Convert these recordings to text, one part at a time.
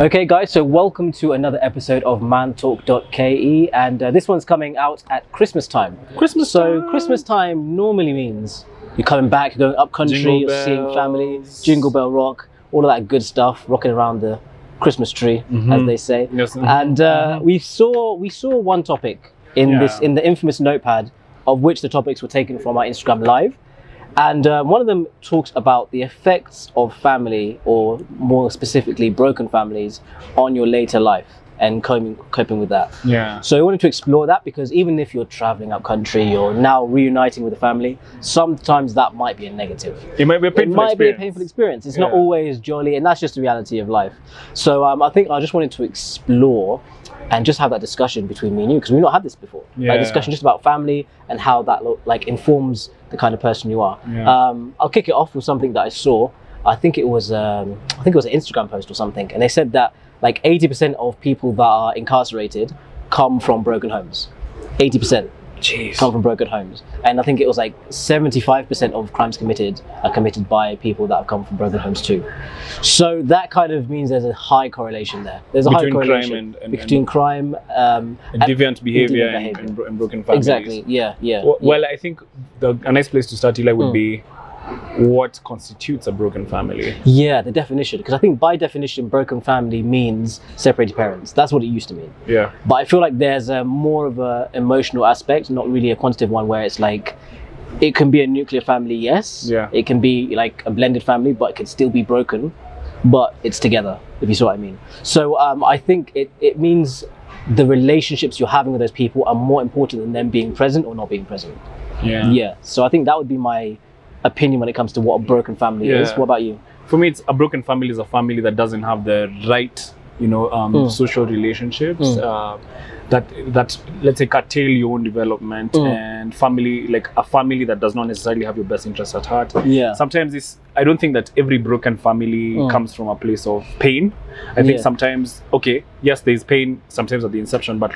Okay, guys, so welcome to another episode of mantalk.ke, and uh, this one's coming out at Christmas time. Christmas. So, Christmas time normally means you're coming back, you're going up country, Jingle you're seeing family, bells. jingle bell rock, all of that good stuff, rocking around the Christmas tree, as Mhm. they say. Yes. And uh, we saw we saw one topic in Yeah. this in the infamous notepad, of which the topics were taken from our Instagram live, and uh, one of them talks about the effects of family, or more specifically, broken families, on your later life and coping coping with that. Yeah. So we wanted to explore that because even if you're traveling up country, you're now reuniting with the family. Sometimes that might be a negative It might be a it painful might experience. be a painful experience. It's not Yeah. always jolly, and that's just the reality of life. So um, I think I just wanted to explore and just have that discussion between me and you because we've not had this before. Like, Yeah. discussion just about family and how that lo- like informs the kind of person you are. Yeah. Um, I'll kick it off with something that I saw. I think it was um, I think it was an Instagram post or something, and they said that like eighty percent of people that are incarcerated come from broken homes. Eighty percent come Jeez. from broken homes, and I think it was like seventy-five percent of crimes committed are committed by people that have come from broken homes too. So that kind of means there's a high correlation there. There's a Between high crime correlation and- and- between crime. Um, And deviant behavior, deviant and- behavior. And, bro- and broken families. exactly. Yeah. Yeah. Well, yeah. Hmm. well, I think the, a nice place to start, Eli, would be what constitutes a broken family. Yeah, the definition. Because I think by definition, broken family means separated parents. That's what it used to mean. Yeah. But I feel like there's a more of a emotional aspect, not really a quantitative one, where it's like it can be a nuclear family, yes. Yeah. It can be like a blended family, but it can still be broken, but it's together, if you see what I mean. So um, I think it, it means the relationships you're having with those people are more important than them being present or not being present. Yeah. Yeah. So I think that would be my opinion when it comes to what a broken family is. Yeah. What about you? For me, it's a broken family is a family that doesn't have the right, you know, um, Mm. social relationships. Mm. Uh, that that let's say curtail your own development Mm. and family like a family that does not necessarily have your best interests at heart. Yeah. sometimes it's i don't think that every broken family Mm. comes from a place of pain i think Yeah. sometimes okay yes there's pain sometimes at the inception but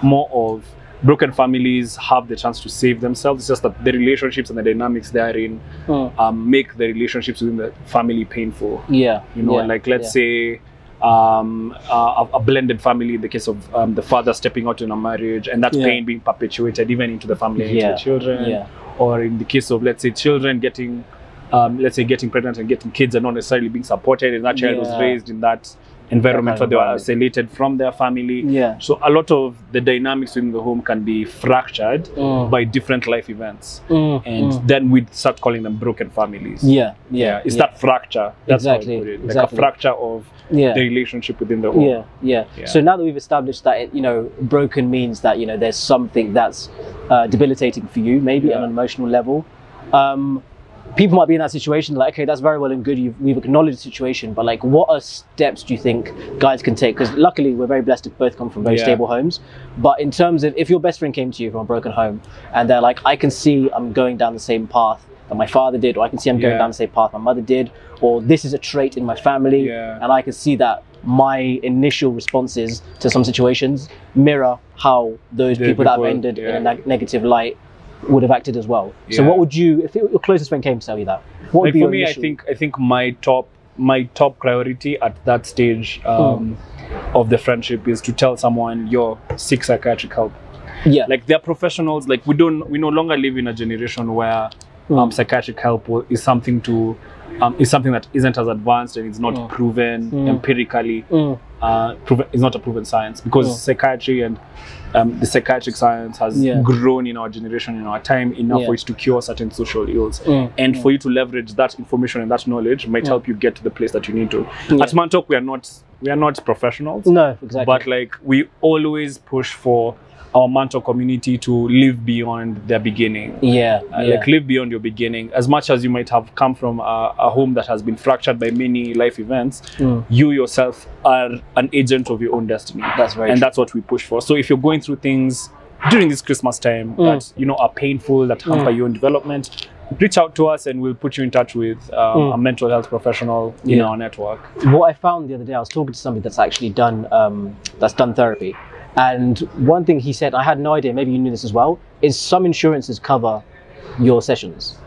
more of broken families have the chance to save themselves it's just that the relationships and the dynamics they are in Mm. um, make the relationships within the family painful Yeah. you know yeah, like let's yeah. say um, a, a blended family in the case of um, the father stepping out in a marriage and that Yeah. pain being perpetuated even into the family and into Yeah, the children yeah. or in the case of let's say children getting um, let's say getting pregnant and getting kids and not necessarily being supported and that child was Yeah. raised in that environment That kind where they were environment. isolated from their family Yeah. so a lot of the dynamics within the home can be fractured Mm. by different life events Mm, and mm. then we start calling them broken families yeah. Yeah. yeah it's yeah. that fracture that's how I Exactly, put it. like exactly. a fracture of Yeah. the relationship within the home yeah, yeah, Yeah. So now that we've established that, it, you know, broken means that you know there's something that's uh, debilitating for you, maybe on Yeah. an emotional level. Um, people might be in that situation, like, okay, that's very well and good. You've, we've acknowledged the situation, but like, what are steps do you think guys can take? Because luckily, we're very blessed to both come from very Yeah. stable homes. But in terms of if your best friend came to you from a broken home and they're like, I can see I'm going down the same path that my father did, or I can see I'm going Yeah. down the same path my mother did, or this is a trait in my family Yeah. and I can see that my initial responses to some situations mirror how those The people, that have people- ended in a yeah. neg- negative light would have acted as well. So, Yeah. what would you, if your closest friend came to tell you that, what would like be for your me initial? i think i think my top my top priority at that stage Hmm. um, of the friendship is to tell someone you're seek psychiatric help yeah, like they're professionals like we don't we no longer live in a generation where Mm. um, psychiatric help wa- is something to um, is something that isn't as advanced and it's not Mm. proven Mm. empirically Mm, uh, proven, it's not a proven science because Mm. psychiatry and um, the psychiatric science has Yeah. grown in our generation in our time enough Yeah. for it to cure certain social ills mm, and mm. for you to leverage that information and that knowledge might help you get to the place that you need to. Yeah. At Mantok, we are not we are not professionals, no, exactly. but like we always push for our Mantok community to live beyond their beginning. yeah, Uh, yeah, Like live beyond your beginning. As much as you might have come from a, a home that has been fractured by many life events, Mm. you yourself are an agent of your own destiny that's very and true. that's what we push for. So if you're going through things during this Christmas time Mm. that you know are painful, that hamper Mm. your own development, reach out to us and we'll put you in touch with um, Mm. a mental health professional in Yeah. our network. what I found the other day, I was talking to somebody that's actually done um, that's done therapy, and one thing he said, I had no idea. Maybe you knew this as well. Is some insurances cover your sessions,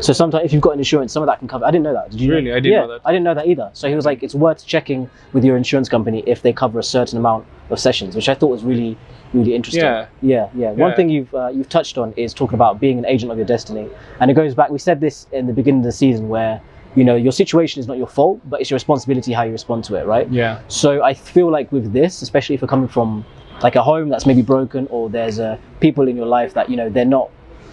So sometimes, if you've got an insurance, some of that can cover. I didn't know that. Did you? Really? I didn't yeah, know that. I didn't know that either. So he was like, it's worth checking with your insurance company if they cover a certain amount of sessions, which I thought was really, really interesting. Yeah. Yeah, yeah. One Yeah. thing you've uh, you've touched on is talking about being an agent of your destiny, and it goes back. We said this in the beginning of the season, where you know your situation is not your fault, but it's your responsibility how you respond to it, right? Yeah. So I feel like with this, especially if you're coming from like a home that's maybe broken, or there's uh, people in your life that you know they're not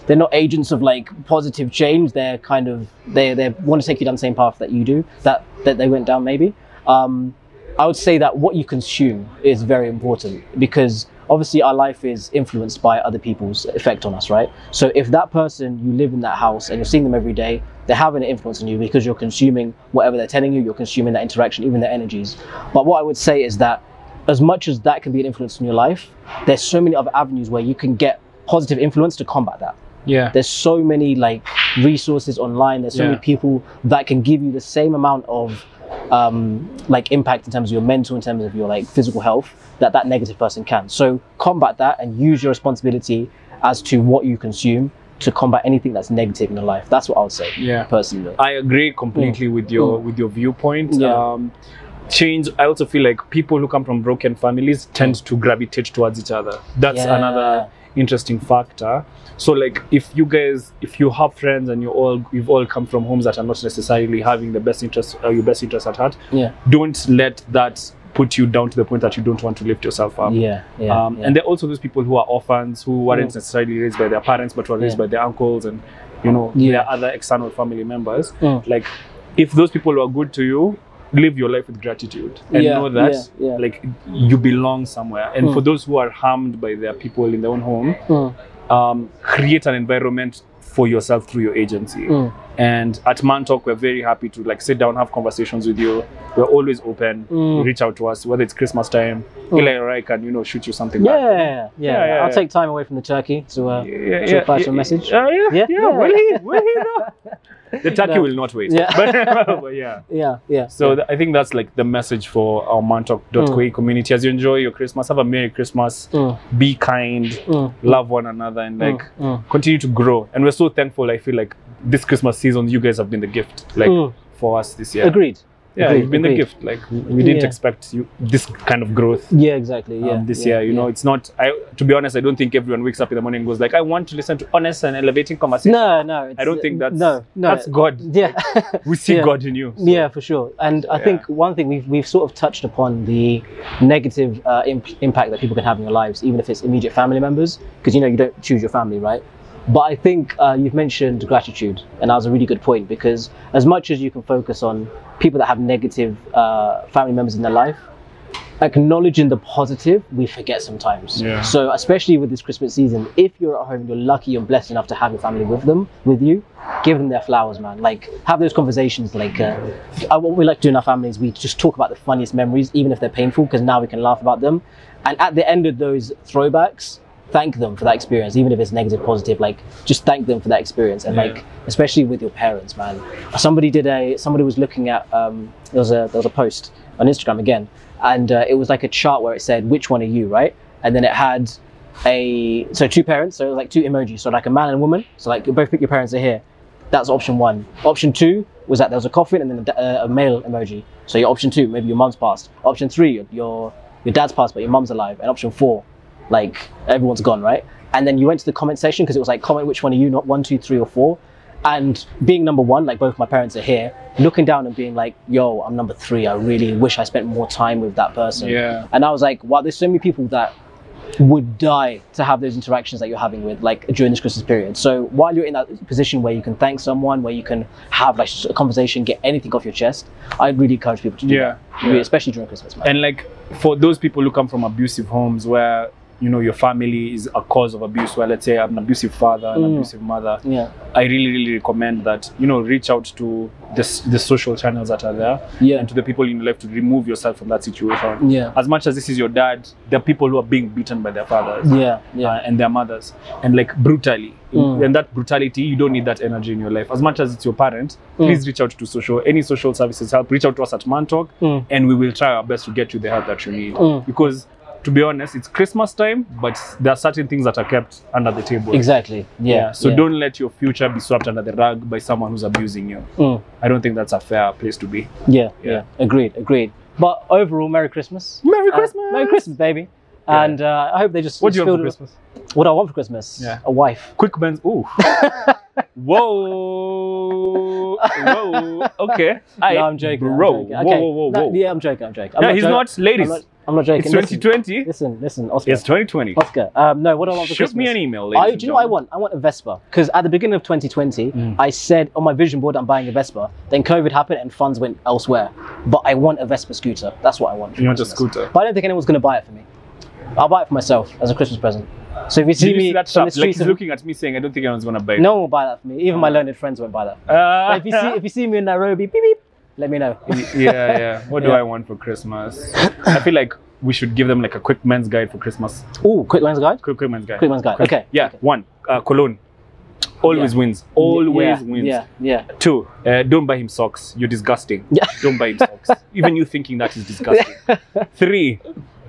they're not agents of like positive change. They're kind of they they want to take you down the same path that you do that that they went down maybe. Um, I would say that what you consume is very important because obviously our life is influenced by other people's effect on us, right? So if that person you live in that house and you're seeing them every day, they're having an influence on you because you're consuming whatever they're telling you, you're consuming that interaction, even their energies. But what I would say is that as much as that can be an influence in your life, there's so many other avenues where you can get positive influence to combat that Yeah. there's so many like resources online there's so Yeah. many people that can give you the same amount of um, like impact in terms of your mental in terms of your like physical health that that negative person can so combat that and use your responsibility as to what you consume to combat anything that's negative in your life that's what i would say Yeah. personally I agree completely with your with your viewpoint. Mm. Yeah. Um, change. I also feel like people who come from broken families tend to gravitate towards each other. That's Mm. Yeah. another interesting factor. So like if you guys if you have friends and you all you've all come from homes that are not necessarily having the best interest uh, your best interest at heart, yeah don't let that put you down to the point that you don't want to lift yourself up. yeah yeah, um, yeah. And there are also those people who are orphans who weren't Mm. necessarily raised by their parents but were raised Yeah. by their uncles and you know Yeah. their other external family members. Mm. Like if those people are good to you, live your life with gratitude and Yeah, know that yeah, yeah. like you belong somewhere. And Mm. for those who are harmed by their people in their own home, Mm, um, create an environment for yourself through your agency. mm, And at Man Talk, we're very happy to like sit down, have conversations with you. We're always open. Mm. Reach out to us, whether it's Christmas time. Mm. Eli or I can, you know, shoot you something. yeah, back. yeah, yeah. yeah, I'll yeah. take time away from the turkey to uh, yeah, to reply to a message. Yeah, yeah, Yeah? yeah. Yeah. Will he? Will he though? The turkey No. will not wait. Yeah. but, but yeah. yeah, yeah. So th- I think that's like the message for our mantalk.co E community. As you enjoy your Christmas, have a Merry Christmas. Mm, Be kind, mm, love one another, and like mm, mm. continue to grow. And we're so thankful. I feel like this Christmas season, you guys have been the gift, like Mm. for us this year. agreed. Yeah, Agreed, you've been agreed. the gift. Like we- we didn't Yeah. expect you this kind of growth. Yeah, exactly. um, Yeah, this yeah, year. You yeah. know, it's not. I to be honest, I don't think everyone wakes up in the morning and goes like, "I want to listen to honest and elevating conversation." No, no. It's, uh, I don't think that's no, no. That's God. yeah, We see Yeah. God in you. so- yeah, for sure. And I think one thing we've we've sort of touched upon the negative uh, imp- impact that people can have in your lives, even if it's immediate family members, because you know you don't choose your family, right? But I think uh, you've mentioned gratitude, and that was a really good point because as much as you can focus on people that have negative uh, family members in their life, acknowledging the positive we forget sometimes Yeah. so especially with this christmas season if you're at home you're lucky and blessed enough to have your family with them with you give them their flowers man like have those conversations like uh, uh, what we like to do in our families we just talk about the funniest memories even if they're painful because now we can laugh about them and at the end of those throwbacks thank them for that experience even if it's negative positive like just thank them for that experience and Yeah. like especially with your parents man somebody did a somebody was looking at um there was a there was a post on instagram again and uh, it was like a chart where it said which one are you right and then it had a so two parents so it was like two emojis so like a man and a woman so like both pick your parents are here that's option one option two was that there was a coffin and then a, da- uh, a male emoji so your option two maybe your mum's passed option three your your dad's passed but your mum's alive and option four like everyone's gone right and then you went to the comment section because it was like comment which one are you not one two three or four and being number one like both my parents are here looking down and being like yo i'm number three i really wish i spent more time with that person Yeah. and i was like wow there's so many people that would die to have those interactions that you're having with like during this christmas period so while you're in that position where you can thank someone where you can have like a conversation get anything off your chest i'd really encourage people to do Yeah, that really, yeah. especially during christmas man. And like for those people who come from abusive homes where you know your family is a cause of abuse, where let's say I'm an abusive father, an Mm. abusive mother, yeah I really, really recommend that you know reach out to the s- the social channels that are there yeah and to the people in your life to remove yourself from that situation. yeah As much as this is your dad, there are people who are being beaten by their fathers. yeah yeah uh, and their mothers and like brutally Mm. and that brutality you don't need that energy in your life as much as it's your parent Mm. please reach out to social any social services help reach out to us at mantalk Mm. and we will try our best to get you the help that you need Mm. because to be honest, it's Christmas time, but there are certain things that are kept under the table. Exactly. Yeah. So yeah. don't let your future be swept under the rug by someone who's abusing you. Mm. I don't think that's a fair place to be. Yeah, yeah. Yeah. Agreed. Agreed. But overall, Merry Christmas. Merry Uh, Merry Christmas, baby. Yeah. And uh, I hope they just What do you just want for filled it Christmas? with- What I want for Christmas? Yeah. A wife. Quick men's. Ooh. Whoa. Whoa. Okay. I, no, I'm joking. I'm Bro. joking. Whoa, Okay. whoa, whoa, No, whoa. yeah, I'm joking. I'm joking. I'm yeah, he's jo- not. Ladies, I'm not, I'm not joking. it's listen, 2020. listen, listen, Oscar. It's 2020. Oscar. Um, no, what do I want for Shoot Christmas? me an email, ladies. I, and do you know what I gentlemen. want? I want a Vespa. Because at the beginning of 2020, Mm. I said on my vision board I'm buying a Vespa. Then COVID happened and funds went elsewhere. But I want a Vespa scooter. That's what I want. for You want a Christmas. scooter? But I don't think anyone's going to buy it for me. I'll buy it for myself as a Christmas present. So if you see Did you me see that on chap? the Like Oh. streets, he's of- looking at me saying, I don't think anyone's gonna buy it. no one will buy that for me. Even my learned friends won't buy that. Uh, But if you see if you see me in Nairobi, beep beep, let me know. yeah, yeah. What do Yeah. I want for Christmas? I feel like we should give them like a quick men's guide for Christmas. Ooh, quick lens guide. Quick, quick men's guide. Quick men's guide. Okay. Yeah. One. Uh, cologne. Always Yeah. wins. Always yeah, wins. Yeah, yeah. Two. Uh, don't buy him socks. You're disgusting. Yeah. Don't buy him socks. Even you thinking that is disgusting. Three.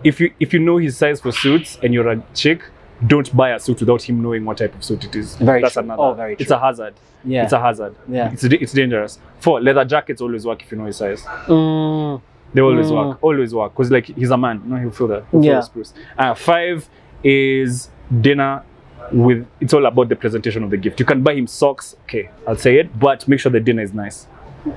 If you if you know his size for suits and you're a chick, don't buy a suit without him knowing what type of suit it is. Very That's true. another. Oh, very It's a hazard. Yeah. It's a hazard. Yeah. It's da- it's dangerous. Four. Leather jackets always work if you know his size. Mm, They always Mm. work, always work. Because like he's a man, no, he'll feel that. He'll feel Yeah. the spruce. Uh, five is dinner with. It's all about the presentation of the gift. You can buy him socks. Okay, I'll say it, but make sure the dinner is nice.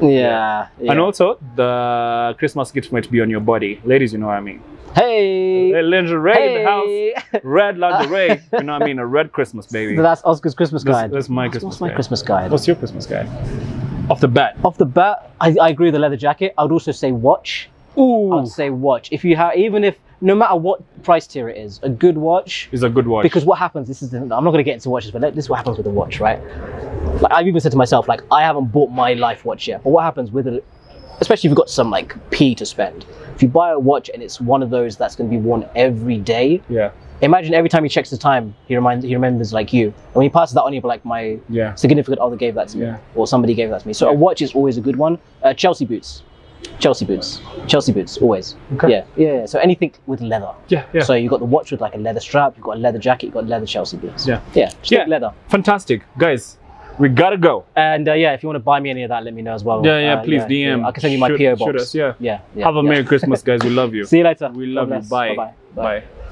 yeah. yeah. And also, the Christmas gift might be on your body, ladies. You know what I mean? hey. A lingerie in the house, Hey. red lingerie. you know what I mean? A red Christmas, baby. So that's Oscar's Christmas That's- guide. that's my What's- Christmas What's my guide. Christmas guide? What's your Christmas guy? Off the bat. Off the bat, I, I agree with the leather jacket. I would also say watch. I Ooh, would say watch. If you have, even if no matter what price tier it is, a good watch. is a good watch. Because what happens, this is the, I'm not going to get into watches, but let, this is what happens with a watch, right? Like I've even said to myself, like I haven't bought my life watch yet. But what happens with it, especially if you've got some like P to spend, if you buy a watch and it's one of those that's going to be worn every day, yeah, imagine every time he checks the time, he reminds, he remembers like you. And when he passes that on, you're like, my yeah. significant other gave that to me, Yeah. or somebody gave that to me. So a watch is always a good one. Uh, Chelsea boots, Chelsea boots, Chelsea boots, always. Okay. Yeah, yeah, yeah. So anything with leather. Yeah, yeah. So you've got the watch with like a leather strap, you've got a leather jacket, you've got leather Chelsea boots. Yeah. Yeah, just Yeah. take leather. Fantastic, guys. We gotta go. And uh, yeah, if you want to buy me any of that, let me know as well. Yeah, yeah, Uh, please DM. I can send you my Shoot- PO shoot box. us, yeah. yeah, yeah, Have a yeah. Merry Christmas, guys. We love you. See you later. We God love bless. you. Bye. Bye-bye. Bye.